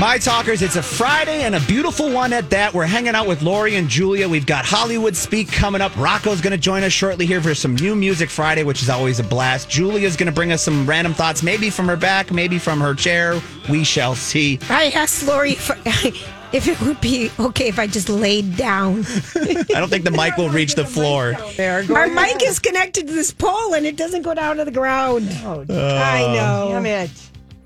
My talkers, it's a Friday and a beautiful one at that. We're hanging out with Lori and Julia. We've got Hollywood Speak coming up. Rocco's going to join us shortly here for some new music Friday, which is always a blast. Julia's going to bring us some random thoughts, maybe from her back, maybe from her chair. We shall see. I asked Lori for, if it would be okay if I just laid down. I don't think the mic will reach the floor. there. Our mic is connected to this pole and it doesn't go down to the ground. Oh, I know. Oh. Damn it.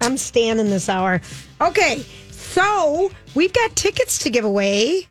I'm standing this hour. Okay, so we've got tickets to give away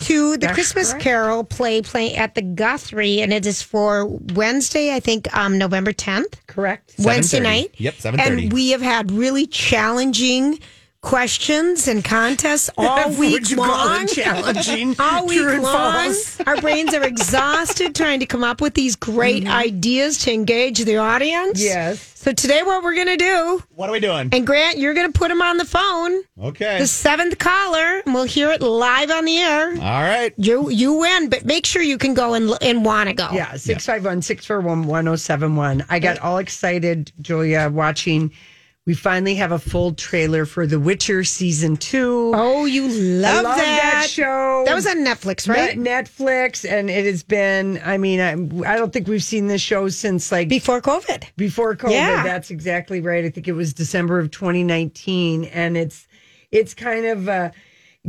to the Christmas Carol play play at the Guthrie, and it is for Wednesday, I think, um, November 10th. Correct. Wednesday 7:30. night. Yep, 7:30. And we have had really challenging questions and contests all week long. challenging. All week long, our brains are exhausted trying to come up with these great ideas to engage the audience. Mm-hmm. Yes. So today, what we're going to do, What are we doing? and Grant, you're going to put them on the phone, Okay. the seventh caller, and we'll hear it live on the air. Uh. All right. You you win, but make sure you can go and and want to go. Yeah. 651 641 1071. I got all excited, Julia, watching. We finally have a full trailer for The Witcher season two. Oh, you love, love that show. That was on Netflix, right? Net- Netflix, and it has been. I mean, I, I don't think we've seen this show since like Before COVID. before COVID. Yeah. That's exactly right. I think it was December of 2019, and it's it's kind of a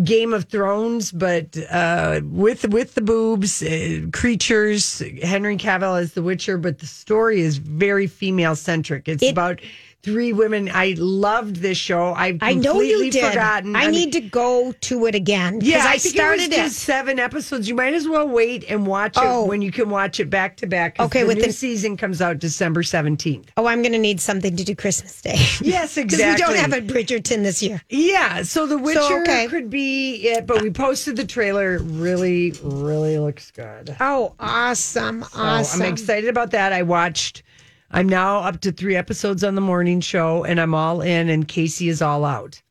Game of Thrones, but uh, with with the boobs, uh, creatures. Henry Cavill as the Witcher, but the story is very female centric. It's about three women. I loved this show. I've I know you completely did. forgotten. I mean- need to go to it again. 'cause yeah, I, think started it. Was just seven episodes. You might as well wait and watch Oh. it when you can watch it back to back. 'cause Okay, the with new the- season comes out December seventeenth. Oh, I'm going to need something to do Christmas Day. Yes, Because we exactly. don't have a Bridgerton this year. Yeah, so The Witcher okay. could be it, but we posted the trailer. Really, really looks good. Oh, awesome. So I'm excited about that. I watched. I'm now up to three episodes on the morning show, and I'm all in, and Casey is all out.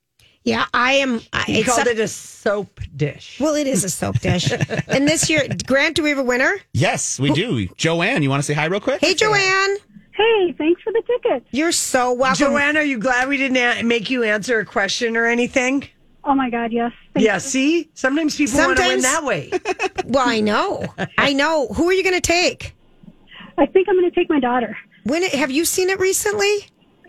Yeah, I am. I, He it's called a- it a soap dish. well, it is a soap dish. and this year, Grant, do we have a winner? Yes, we do. Joanne, you want to say hi real quick? Hey, Joanne. Hey, thanks for the ticket. You're so welcome. Joanne, are you glad we didn't a- make you answer a question or anything? Oh my God, yes. Thank Yeah, see, sometimes people want to win Sometimes- that way. Well, I know. I know. Who are you going to take? I think I'm going to take my daughter. When it, have you seen it recently?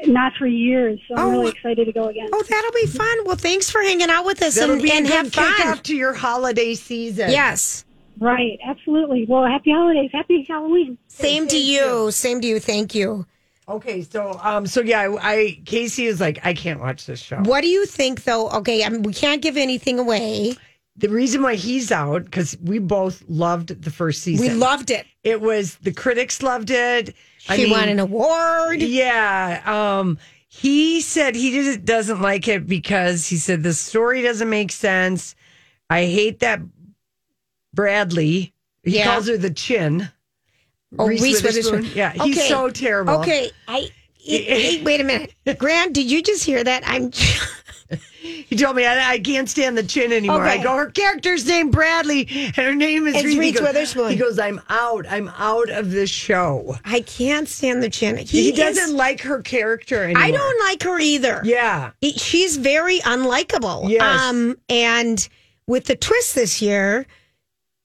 Not for years. So I'm Oh. really excited to go again. Oh, that'll be fun. Well, thanks for hanging out with us That'll and, be a and good have fun. kickoff to your holiday season. Yes. Right, absolutely. Well, happy holidays. Happy Halloween. Same to you. Same to you. Thank you. Okay, so um, so yeah, I, I Casey is like, I can't watch this show. What do you think, though? Okay, I mean, we can't give anything away. The reason why he's out because we both loved the first season. We loved it. it was the critics loved it. She won an award. Yeah. Um, he said he did, doesn't like it because he said the story doesn't make sense. I hate that Bradley. He Yeah. calls her the chin. Oh, Reese Witherspoon. Yeah, he's Okay. so terrible. Okay, I. Hey, wait a minute, Grant. Did you just hear that? I'm. He told me I, I can't stand the chin anymore. I Okay. go, her character's named Bradley, and her name is It's Reese He Reese goes- Witherspoon. He goes, I'm out. I'm out of this show. I can't stand the chin. He, He, is- doesn't like her character anymore. I don't like her either. Yeah. He- she's very unlikable. Yes. Um, and with the twist this year,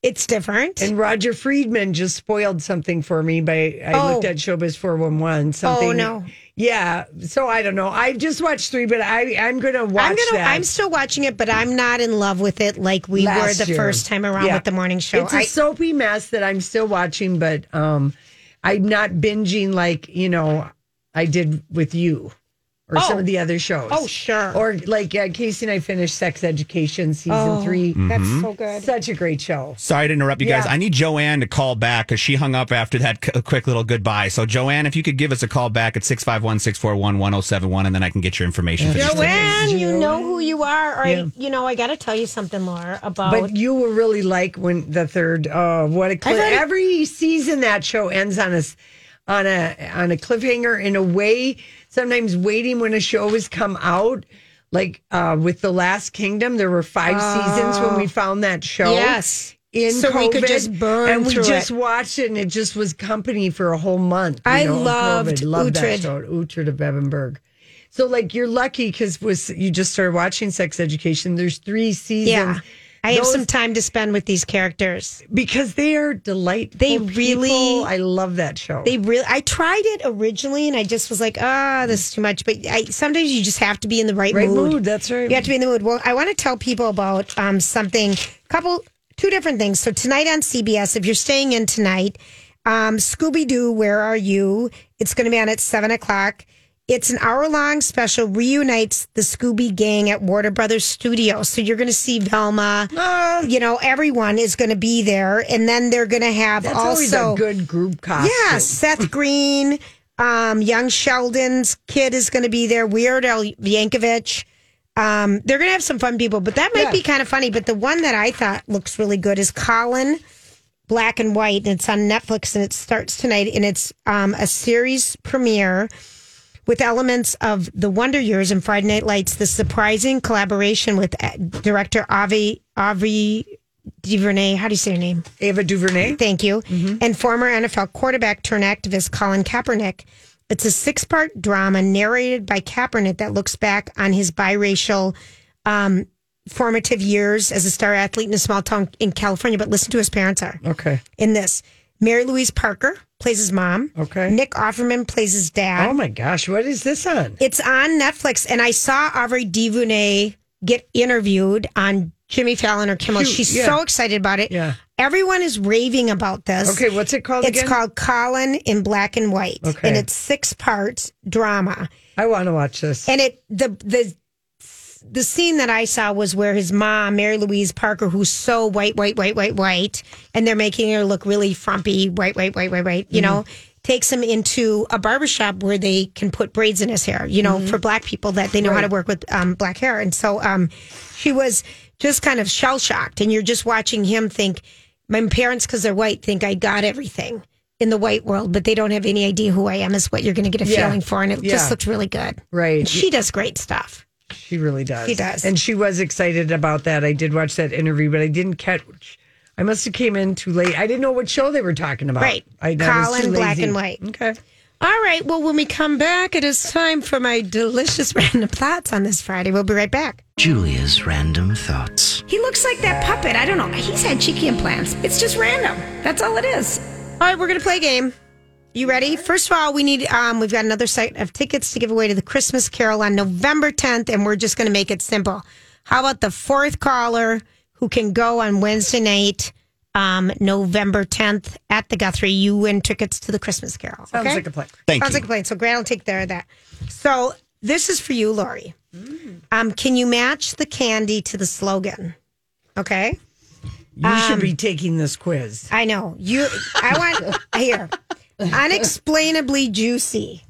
it's different. And Roger Friedman just spoiled something for me by I Oh. looked at Showbiz 411 something. oh no, Yeah, so I don't know. I've just watched 3 but I I'm going to watch I'm gonna. that. I'm still watching it, but I'm not in love with it like we Last were the year. first time around Yeah. with the morning show. it's a I- soapy mess that I'm still watching but um I'm not binging like, you know, I did with you or some Oh. of the other shows. oh sure. Or like uh, Casey and I finished Sex Education season Oh. 3. That's so good. Such a great show. Sorry to interrupt you guys. I need Joanne to call back because she hung up after that c- quick little goodbye. So, Joanne, if you could give us a call back at 651 641 1071, and then I can get your information for this. Joanne, you know who you are. Or Yeah. I, you know, I got to tell you something, Laura, about. But you will really like when the third. Oh, what a cliff! already- Every season that show ends on a s- on a on a cliffhanger in a way. Sometimes waiting when a show has come out, like uh, with the Last Kingdom, there were five seasons when we found that show. Oh. Yes. In So COVID, we could just burn and we through just it. watched it, and it just was company for a whole month. you I know, of loved COVID. loved that Uhtred. show, Uhtred of Bevenberg. So like you're lucky because was you just started watching Sex Education. There's three seasons. Yeah. I have Those- some time to spend with these characters. because they are delightful. They people. really- I love that show. They really, I tried it originally and I just was like, ah, this is too much. But I, sometimes you just have to be in the right, right mood. mood. That's right. You have to be in the mood. Well, I want to tell people about um, something, couple, two different things. So tonight on CBS, if you're staying in tonight, um, Scooby Doo, Where Are You? It's going to be on at seven o'clock. It's an hour long special reunites the Scooby Gang at Warner Brothers Studio. So you're going to see Velma. Ah. you know, everyone is going to be there, and then they're going to have That's always also a good group costume. yeah, Seth Green, um, Young Sheldon's kid is going to be there. Weird Al Yankovic. Um, they're going to have some fun people, but that might Yeah. be kind of funny. But the one that I thought looks really good is Colin Black and White, and it's on Netflix, and it starts tonight, and it's um, a series premiere with elements of The Wonder Years and Friday Night Lights. The surprising collaboration with uh, director Avi Avi DuVernay. How do you say your name? Ava DuVernay. Thank you. Mm-hmm. And former NFL quarterback turned activist Colin Kaepernick. It's a six part drama narrated by Kaepernick that looks back on his biracial um, formative years as a star athlete in a small town in California. But listen to who his parents are Okay. in this. Mary Louise Parker plays his mom. Okay. Nick Offerman plays his dad. Oh my gosh, what is this on? It's on Netflix, and I saw Aubrey DuVernay get interviewed on Jimmy Fallon or Kimmel. Cute, She's yeah. so excited about it. Yeah. Everyone is raving about this. Okay, what's it called It's again? called Colin in Black and White, Okay. and it's six part drama. I want to watch this. And it the the the scene that I saw was where his mom, Mary Louise Parker, who's so white, white, white, white, white, and they're making her look really frumpy, white, white, white, white, white, you Mm-hmm. know, takes him into a barbershop where they can put braids in his hair, you Mm-hmm. know, for black people that they know how to work with um, black hair. And so um, she was just kind of shell shocked. And you're just watching him think, my parents, because they're white, think I got everything in the white world, but they don't have any idea who I am, is what you're going to get a Yeah. feeling for. And it Yeah. just looks really good. right. She does great stuff. She really does. She does. And she was excited about that. I did watch that interview, but I didn't catch. I must have came in too late. I didn't know what show they were talking about. Right. I, I was Colin, too Black lazy. and White. Okay. All right. Well, when we come back, it is time for my delicious random thoughts on this Friday. We'll be right back. Julia's random thoughts. He looks like that puppet. I don't know. He's had cheeky implants. It's just random. That's all it is. All right, we're gonna play a game. You ready? First of all, we need um, we've got another set of tickets to give away to the Christmas Carol on November 10th, and we're just gonna make it simple. How about the fourth caller who can go on Wednesday night, um, November 10th at the Guthrie? You win tickets to the Christmas Carol. Sounds okay? like a play. Thank Sounds you. like a plan. So Grant will take care of that. So this is for you, Lori. Um, can you match the candy to the slogan? Okay. You should Um, be taking this quiz. I know. You I want here. Unexplainably juicy.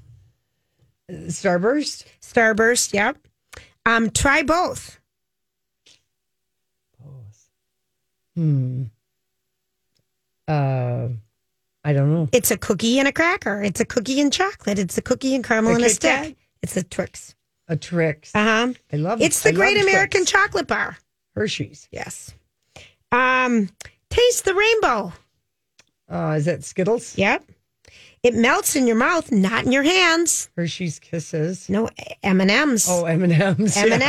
Starburst. Starburst, yep. Um, try both. Uh, I don't know. It's a cookie and a cracker. It's a cookie and chocolate. It's a cookie and caramel A and a Kit stick. Kat? It's a Twix. A Trix. Uh-huh. I love. It's I the love Great American Trix. Chocolate Bar. Hershey's. Yes. Um, taste the rainbow. Uh, is that Skittles? Yep. It melts in your mouth, not in your hands. Hershey's Kisses. No M and M's. Oh, M and M&Ms. M's. M and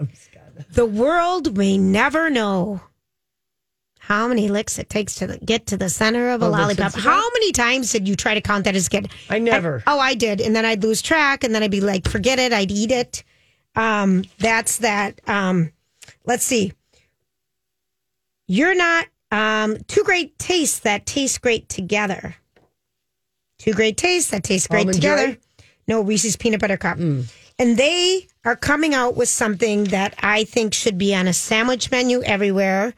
M's. Got it. The world may never know how many licks it takes to the, get to the center of a Oh, that's lollipop. sensitive. How many times did you try to count that as a kid? I never. oh, I did, and then I'd lose track, and then I'd be like, forget it, I'd eat it. Um, that's that. Um, let's see. You're not um, two great tastes that taste great together. Two great tastes that taste great Almond together. Joy? Hmm. No, Reese's peanut butter cup. And they are coming out with something that I think should be on a sandwich menu everywhere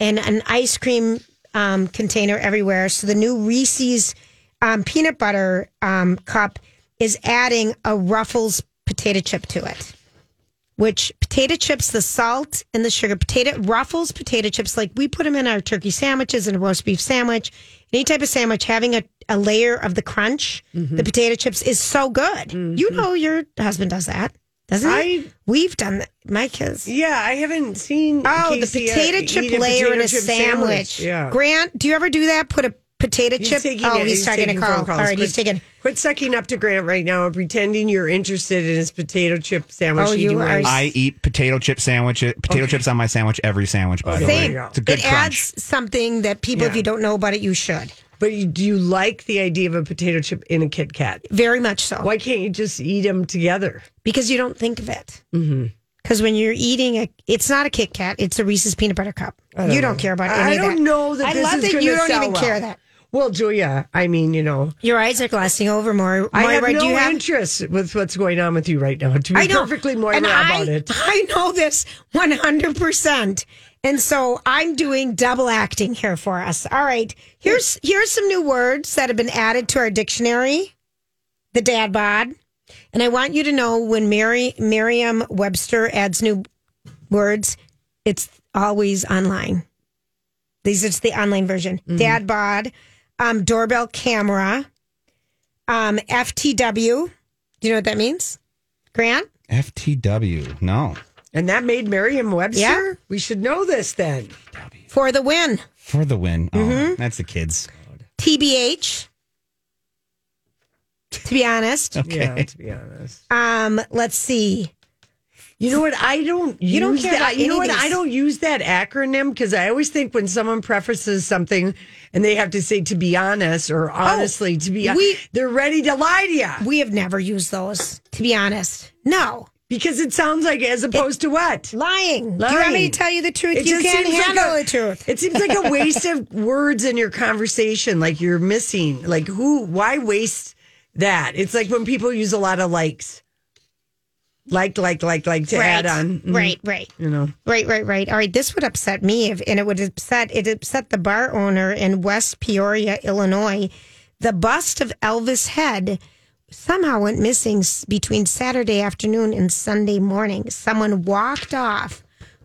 and an ice cream um, container everywhere. So the new Reese's um, peanut butter um, cup is adding a Ruffles potato chip to it which potato chips, the salt and the sugar, potato ruffles, potato chips, like we put them in our turkey sandwiches and a roast beef sandwich, any type of sandwich, having a, a layer of the crunch, Mm-hmm. the potato chips is so good. You know, your husband does that, doesn't he? I- We've done that. My kids. Yeah, I haven't seen. Oh, the Casey, uh, potato eat chip layer in potato a chip sandwich. Yeah. Grant, do you ever do that? Put a potato chip. oh, it. he's, talking to taking Carl. phone calls. All right, he's Quit- taking. Quit sucking up to Grant right now and pretending you're interested in his potato chip sandwich. Oh, he you demands. are- I eat potato chip sandwiches, potato chips on my sandwich every sandwich. By the Same. way, it's a good it crunch. adds something that people, if Yeah. you don't know about it, you should But you, do you like the idea of a potato chip in a Kit Kat? very much so Why can't you just eat them together? because you don't think of it. Mm-hmm. Because when you're eating a, it's not a Kit Kat, it's a Reese's peanut butter cup. you don't care about I any of that. don't know that I this love is that gonna you don't sell even care well. that Well, Julia, I mean, you know, your eyes are glassing over more. I have Moira, no do you have interest with what's going on with you right now. To be I know. perfectly Moira and I, about it. I know this 100%. And so I'm doing double acting here for us. All right. Here's here's some new words that have been added to our dictionary. The dad bod. And I want you to know when Mary Merriam Webster adds new words, it's always online. These it's the online version. Mm-hmm. Dad bod, um, doorbell camera, um, FTW. Do you know what that means? Grant? FTW. No, And that made Merriam Webster? Yeah. We should know this then. for the win. for the win. Oh, Mm-hmm. That's the kids. TBH. To be honest, Okay. Yeah, to be honest. um, let's see. You know what? I don't. You don't use care that- about You know any what? of I these. don't use that acronym because I always think when someone prefaces something and they have to say "to be honest" or "honestly," to be Oh, we- honest, they're ready to lie to you We have never used those. To be honest, no because it sounds like as opposed to what. lying. Do you want me Lying. to tell you the truth? It you just can't seems like handle a- the truth. It seems like a waste of words in your conversation. Like you're missing. Like who? Why waste that? It's like when people use a lot of likes, like, like, like, like to add on. Mhm. right, right, You know. right, right, right. All right, this would upset me, if, and it would upset it upset the bar owner in West Peoria, Illinois. The bust of Elvis Head somehow went missing s- between Saturday afternoon and Sunday morning. Someone walked off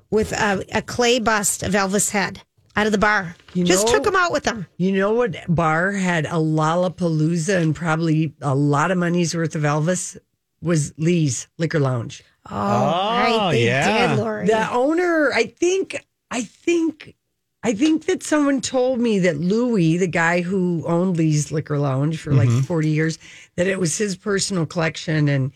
with a, a clay bust of Elvis Head out of the bar. You Just know- took him out with them. You know what bar had a Lollapalooza and probably a lot of money's worth of Elvis was Lee's Liquor Lounge. Oh, right, they yeah. did, Lori. The owner, I think, I think, I think that someone told me that Louis, the guy who owned Lee's Liquor Lounge for like 40 years, that it was his personal collection and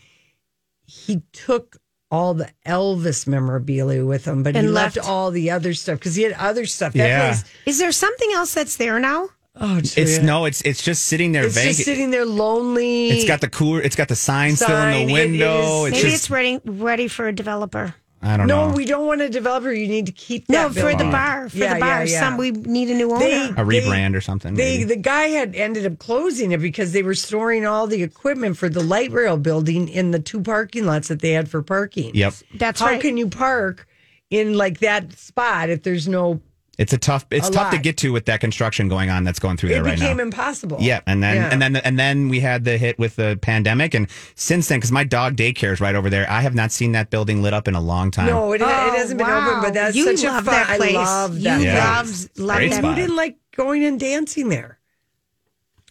he took all the Elvis memorabilia with him, but he And left, left. all the other stuff because he had other stuff. That Yeah. place- Is there something else that's there now? oh, It's Julia. no. It's it's just sitting there It's vacant. just sitting there lonely. it's got the cooler. It's got the sign, still in Sign, the it window. is- it's Maybe just it's ready, ready for a developer. I don't no, know. we don't want a developer. You need to keep No, that for the building. bar, for Yeah, the bar. yeah, yeah. Some we need a new owner. They- a rebrand or something. They maybe. the guy had ended up closing it because they were storing all the equipment for the light rail building in the two parking lots that they had for parking. yep. That's How right. can you park in like that spot if there's no? It's a tough. It's A tough to lot. get to with that construction going on that's going through It there right now. became impossible. Yeah, and then Yeah. and then and then we had the hit with the pandemic, and since then, because my dog daycare is right over there, I have not seen that building lit up in a long time. No, it, Oh, it hasn't been open, wow. but that's you such love a fun. that place. I love that. You Yeah. place. loves love Great that. spot. Who didn't like going and dancing there?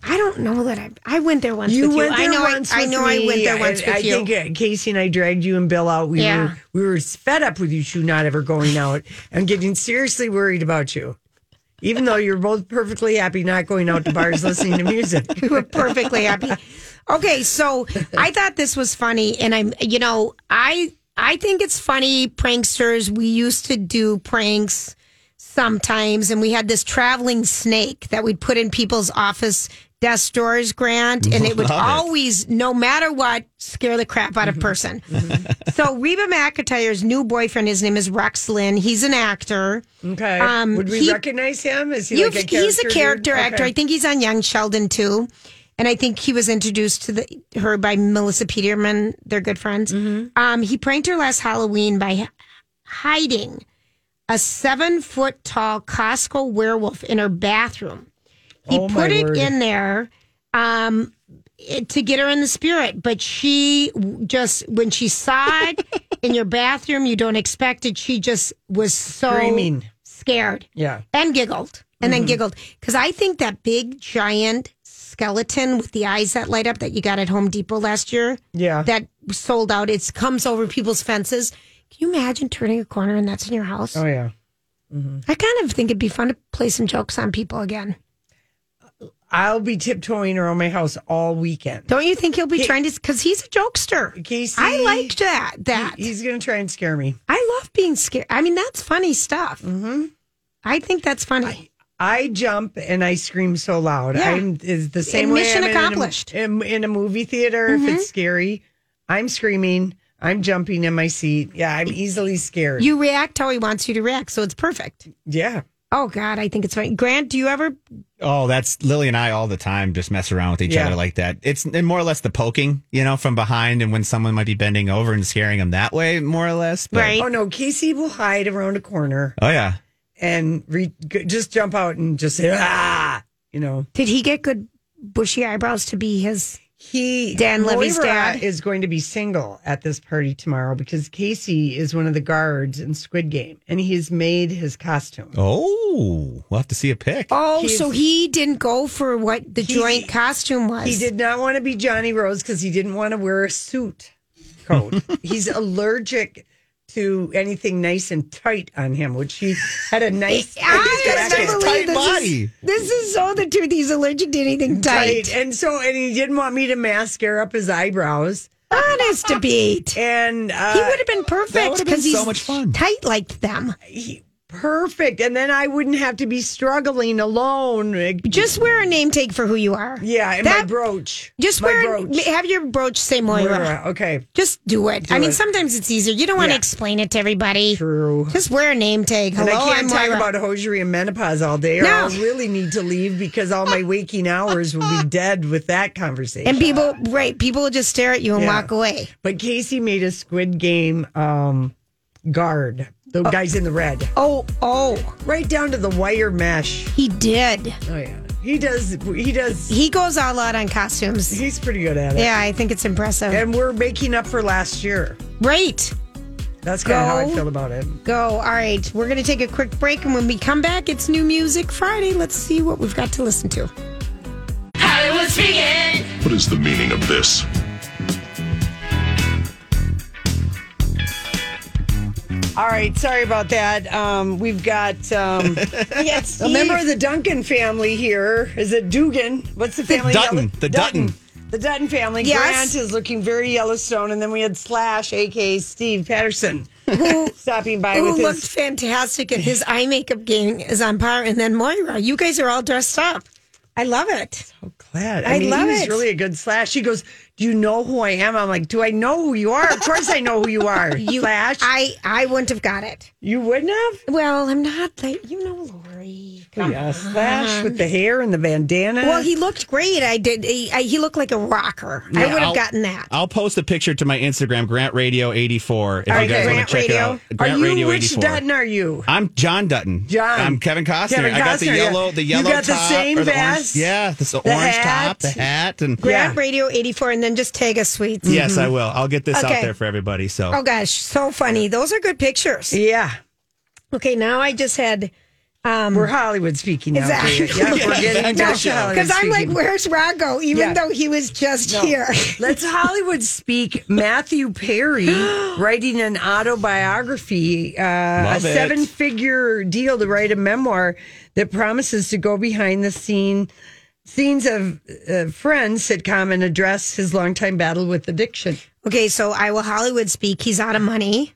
I don't know that I I went there once. You with went you. there I know once I, I with know I went me. there once I, with I you. think uh, Casey and I dragged you and Bill out. We Yeah. were we were fed up with you two not ever going out and getting seriously worried about you. Even though you're both perfectly happy not going out to bars listening to music. we were perfectly happy. Okay, so I thought this was funny, and I'm, you know, I I think it's funny. Pranksters, we used to do pranks sometimes, and we had this traveling snake that we'd put in people's office desk doors, Grant, and it would Love it. always, no matter what, scare the crap out of Mm-hmm. person. so Reba McIntyre's new boyfriend, his name is Rex Lynn. He's an actor. Okay. Um, Would we he- recognize him? Is he You've, like a character? he's a character dude? actor. I Okay. think he's on Young Sheldon too, and I think he was introduced to the her by Melissa Peterman. They're good friends. Mm-hmm. Um, he pranked her last Halloween by h- hiding a seven foot tall Costco werewolf in her bathroom. He Oh, my put it word. in there. Um, it- to get her in the spirit, but she w- just when she saw it in your bathroom, you don't expect it. She just was so Screaming. scared Yeah. and giggled and then giggled because I think that big giant skeleton with the eyes that light up that you got at Home Depot last year Yeah. that sold out. It comes over people's fences. Can you imagine turning a corner and that's in your house? oh yeah. I kind of think it'd be fun to play some jokes on people again. I'll be tiptoeing around my house all weekend. Don't you think he'll be trying to? Because he's a jokester. Casey, I liked that. That He's going to try and scare me. I love being scared. I mean, that's funny stuff. Mm-hmm. I think that's funny. I jump and I scream so loud. Yeah. I'm is the same way. Mission I'm in a- accomplished. Mm-hmm. In in a, movie theater, if it's scary, I'm screaming. I'm jumping in my seat. Yeah, I'm easily scared. you react how he wants you to react, so it's perfect. yeah. Oh God, I think it's funny. Grant, do you ever? Oh, that's Lily and I all the time just mess around with each Yeah. other like that. It's and more or less the poking, you know, from behind and when someone might be bending over and scaring them that way, more or less. But, Right. Oh no, Casey will hide around a corner Oh, yeah. and re- g- just jump out and just say ah. You know, Did he get good bushy eyebrows to be his? he Dan Roy Levy's Rott dad. is going to be single at this party tomorrow because Casey is one of the guards in Squid Game, and he's made his costume. Oh, we'll have to see a pic. Oh, He's- so he didn't go for what the joint costume was. He did not want to be Johnny Rose because he didn't want to wear a suit coat. He's allergic to anything nice and tight on him, which he had a nice I got a don't nice tight believe this body. Is, this is so the truth. He's allergic to anything tight. tight. And so, and he didn't want me to mascara up his eyebrows. Honest to Pete. And uh, He would have been perfect would've been because so he's much fun. tight like them. perfect. And then I wouldn't have to be struggling alone. Just wear a name tag for who you are. yeah, and my that- brooch. Just my wear brooch. have your brooch say Moira. Moira, Okay, Just do it. I mean, it. sometimes it's easier. You don't want to Yeah. explain it to everybody. true. Just wear a name tag. And Hello, I am can't talk Moira. about hosiery and menopause all day, or No. I'll really need to leave because all my waking hours will be dead with that conversation. and people, right? People will just stare at you and Yeah. walk away. but Casey made a Squid Game um, guard, the guys in the red, Oh, oh, right down to the wire mesh. he did. Oh yeah, he does. He does. He goes all out on costumes. He's pretty good at it. Yeah, I think it's impressive. And we're making up for last year. Right. That's kind of how I Go. feel about it. Go. All right. We're going to take a quick break. And when we come back, it's New Music Friday. Let's see what we've got to listen to. What is the meaning of this? All right, sorry about that. Um, we've got um, a member of the Duncan family here. Is it Dugan? What's the family? Dutton. The Dutton. The Dutton family. Yes. Grant is looking very Yellowstone, and then we had Slash, aka Steve Patterson, stopping by Who with looked his. fantastic and his eye makeup game is on par. And then Moira, you guys are all dressed up. I love it. Oh, glad. I love he's it. Really a good Slash. He goes, "Do you know who I am?" I'm like, "Do I know who you are?" Of course, I know who you are. You, Slash. I, I wouldn't have got it. you wouldn't have. Well, I'm not like, you know, Lori. Yeah, Slash with the hair and the bandana. Uh-huh. Well, he looked great. I did. He, I, he looked like a rocker. Yeah, I would have I'll- gotten that. I'll post a picture to my Instagram, Grant Radio 84, if right, you guys want Grant to check Radio. it out. Are Grant you Radio which 84. Dutton are you? I'm John Dutton. John. I'm Kevin Costner. Kevin I got the Costner, yeah. yellow, the You yellow got the top same or the Orange, vest, yeah, this the, the orange hat. top, the hat, and Grab Yeah. Radio 84 and then just tag us, sweets. yes, Mm-hmm. I will. I'll get this Okay. out there for everybody. So Oh, gosh. So funny. Those are good pictures. Yeah, Okay, now I just had. we're Hollywood speaking now. Exactly. Bria. Yeah, we're getting back to Hollywood Because I'm like, speaking. where's Rocco? Even Yeah. though he was just here. Let's Hollywood speak. Matthew Perry writing an autobiography, uh, a Love it. seven figure deal to write a memoir that promises to go behind the scene scenes of uh, Friends sitcom and address his longtime battle with addiction. Okay, so I will Hollywood speak. He's out of money.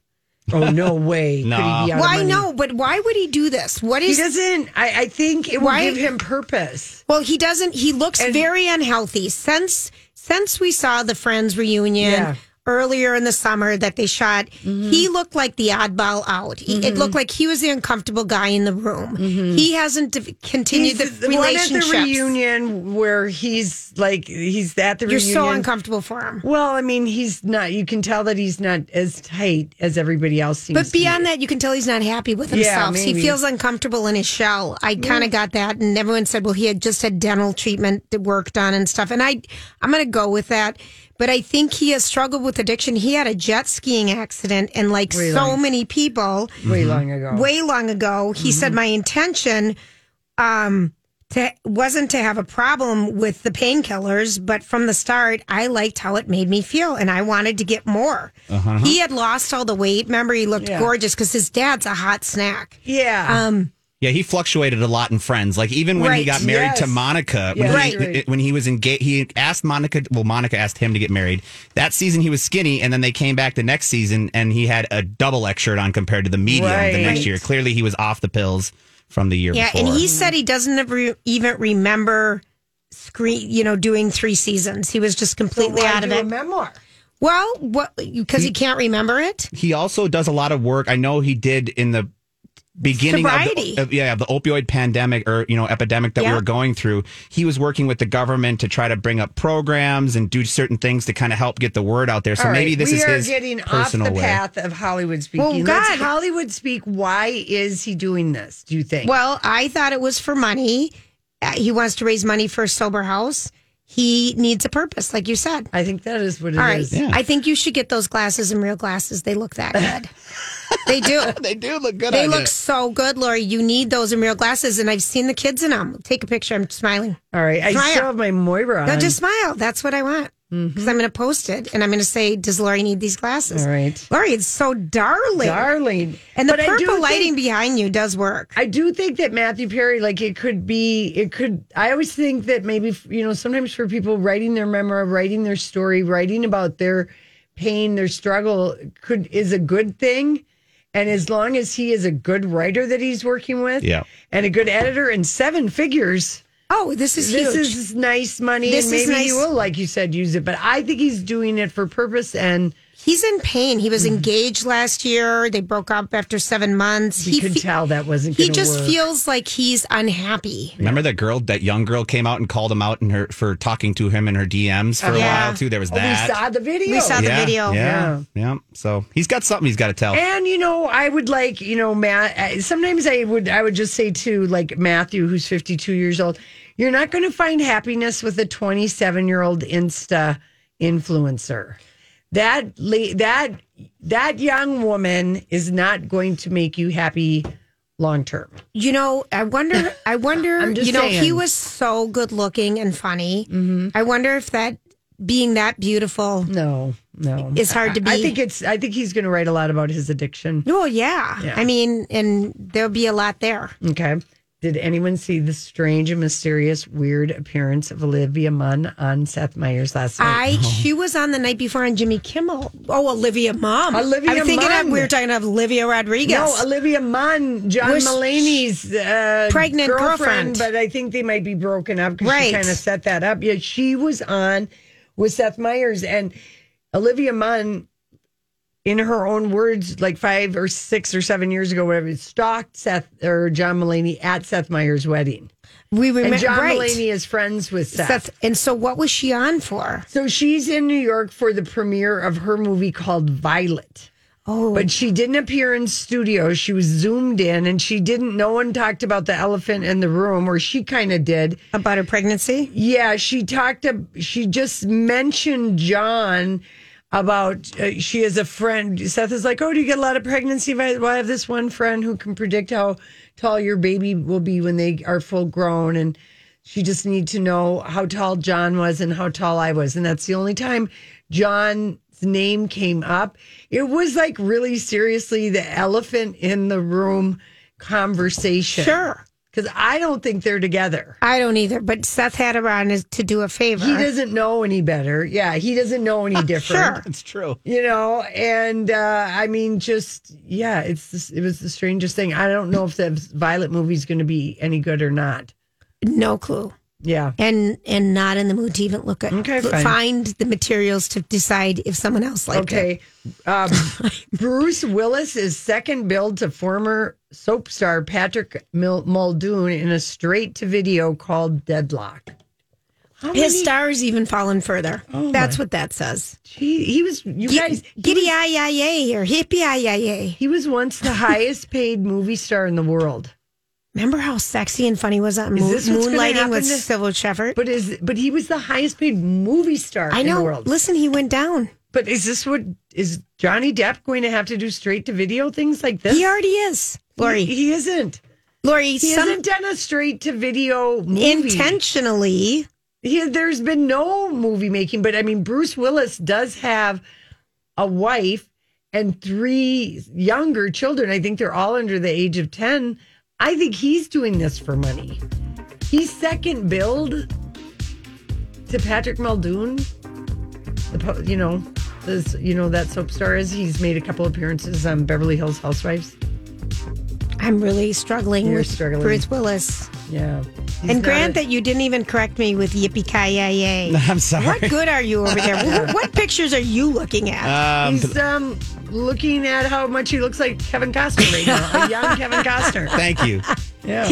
Oh no way! No. Could he be out of Well, I money? know, but why would he do this? What He is. doesn't. I, I think it will Why- give him purpose. well, he doesn't. He looks very unhealthy. Since since we saw the Friends reunion. Yeah. Mm-hmm. Earlier in the summer that they shot, he looked like the oddball out. He, It looked like he was the uncomfortable guy in the room. He hasn't de- continued Mm-hmm. He's the the one at relationship. the reunion where he's like he's at the You're reunion. so uncomfortable for him. Well, I mean, he's not. You can tell that he's not as tight as everybody else seems. But beyond that, you can tell he's not happy with himself. he maybe. Mm. feels uncomfortable in his shell. I kind of got that, and everyone said, "Well, he had just had dental treatment that worked on and stuff." And I, I'm going to go with that. But I think he has struggled with addiction. He had a jet skiing accident, and like so many people, to Mm-hmm. way long ago. way long ago, he said, "My intention." Um, to, wasn't to have a problem with the painkillers, but from the start, I liked how it made me feel and I wanted to get more. He had lost all the weight. Remember, he looked Yeah. gorgeous because his dad's a hot snack. yeah. Um, Yeah, he fluctuated a lot in Friends. Like even when he Right, got married to yes. Monica, when, Yes, he, right. when he was engaged, he asked Monica. Well, Monica asked him to get married. That season he was skinny, and then they came back the next season, and he had a double X shirt on compared to the medium the next Right. year. Clearly, he was off the pills from the year Yeah, before. and he Mm-hmm. said he doesn't ever even remember screen, you know, doing three seasons. He was just completely Why out of do it. a memoir. well, what because he, can't remember it. he also does a lot of work. I know he did in the beginning of the, Sobriety. of- yeah of the opioid pandemic or you know epidemic that we Yeah. were going through. He was working with the government to try to bring up programs and do certain things to kind of help get the word out there. So All right, maybe this we is are his getting off the personal way. path of Hollywood speaking. Well, Let's God. Hollywood speak. Why is he doing this? Do you think? Well, I thought it was for money. Uh, he wants to raise money for a sober house. He needs a purpose, like you said. I think that is what it is. All right, Yeah. I think you should get those glasses and real glasses. They look that good. they do. They do look good. They on look you. so good, Lori. You need those in real glasses, and I've seen the kids in them. Take a picture. I'm smiling. All right. I Try still it. have my Moira on. No, just smile. That's what I want. Because I'm going to post it and I'm going to say, Does Lori need these glasses? Mm-hmm. All right. Lori, it's so darling. darling. and the But I do purple think- lighting behind you does work. I do think that Matthew Perry, like it could be, it could. I always think that maybe you know, sometimes for people writing their memoir, writing their story, writing about their pain, their struggle, could is a good thing. And as long as he is a good writer that he's working with, Yeah. and a good editor, and seven figures, oh, this is this huge. is nice money. This and is maybe nice. he will, like you said, use it. But I think he's doing it for purpose and. He's in pain. He was Mm-hmm. engaged last year. They broke up after seven months. You he could fe- tell that wasn't. He gonna just work. feels like he's unhappy. Remember that girl, that young girl came out and called him out in her for talking to him in her DMs for Yeah. a while too. There was Oh, we that. saw the video. We saw the yeah, video. Yeah, yeah. So he's got something he's got to tell. And you know, I would like you know, Matt. I- Sometimes I would I would just say to like Matthew, who's fifty two years old, you're not going to find happiness with a twenty seven year old Insta influencer. That la- that that young woman is not going to make you happy long term. You know, I wonder. I wonder. I'm just you know, he saying. Mm-hmm. was so good looking and funny. I wonder if that being that beautiful. No, no, It's hard to I, I be- think it's. I think he's going to write a lot about his addiction. Oh yeah. Yeah. I mean, and there'll be a lot there. Okay. Did anyone see the strange and mysterious, weird appearance of Olivia Munn on Seth Meyers last night? I she was on the night before on Jimmy Kimmel. Oh, Olivia Mom. Olivia I'm thinking of, Munn. we were talking of Olivia Rodriguez. No, Olivia Munn, John Was Mulaney's uh, pregnant girlfriend. But I think they might be broken up because she Right. kind of set that up. Yeah, she was on with Seth Meyers and Olivia Munn, in her own words, like five or six or seven years ago, whatever, stalked Seth or John Mulaney at Seth Meyers' wedding. we And remember John right. Mulaney is friends with Seth. Seth- and so, what was she on for? So she's in New York for the premiere of her movie called Violet. Oh, But she didn't appear in studio. She was zoomed in and she didn't, no one talked about the elephant in the room, or she kind of did. about her pregnancy. Yeah, she talked, ab- she just mentioned John about uh, she has a friend. Seth is like, Oh, do you get a lot of pregnancy? vi- Well, I have this one friend who can predict how tall your baby will be when they are full grown. And she just needed to know how tall John was and how tall I was. And that's the only time John's name came up. It was like really seriously the elephant in the room conversation. Sure, Because I don't think they're together. I don't either. But Seth had her on as- to do a favor. He doesn't know any better. Yeah, he doesn't know any different. Sure. it's true. You know, and uh, I mean, just yeah, it's this, it was the strangest thing. I don't know if that Violet movie's going to be any good or not. No clue. Yeah, And and not in the mood to even look at. Okay, fine. Find the materials to decide if someone else liked it. okay. Um, Bruce Willis is second billed to former soap star Patrick Mil- Muldoon in a straight to video called Deadlock. How His many- star's even fallen further. That's what that says. He, he was Oh, you guys. he Giddy yay yay or hippie yay yay. He was once the highest paid movie star in the world. Remember how sexy and funny was that moon, this what's gonna moonlighting happen with to- Sybil Shepherd? But is but he was the highest paid movie star I in the know. world. Listen, he went down. But is this what is Johnny Depp going to have to do straight to video things like this? He already is, Lori. He, he isn't. Lori, He some hasn't done a straight to video movie. intentionally. He, there's been no movie making, but I mean Bruce Willis does have a wife and three younger children. I think they're all under the age of ten. I think he's doing this for money. He's second billed to Patrick Muldoon. The po- you know, this you know that soap star is. He's made a couple appearances on Beverly Hills Housewives. I'm really struggling You're with struggling. Bruce Willis. Yeah, He's and not Grant, a- that you didn't even correct me with yippee ki yay I'm sorry. What good are you over there? what, what pictures are you looking at? He's um, looking at how much he looks like Kevin Costner right now, a young Kevin Costner. Thank you. Yeah.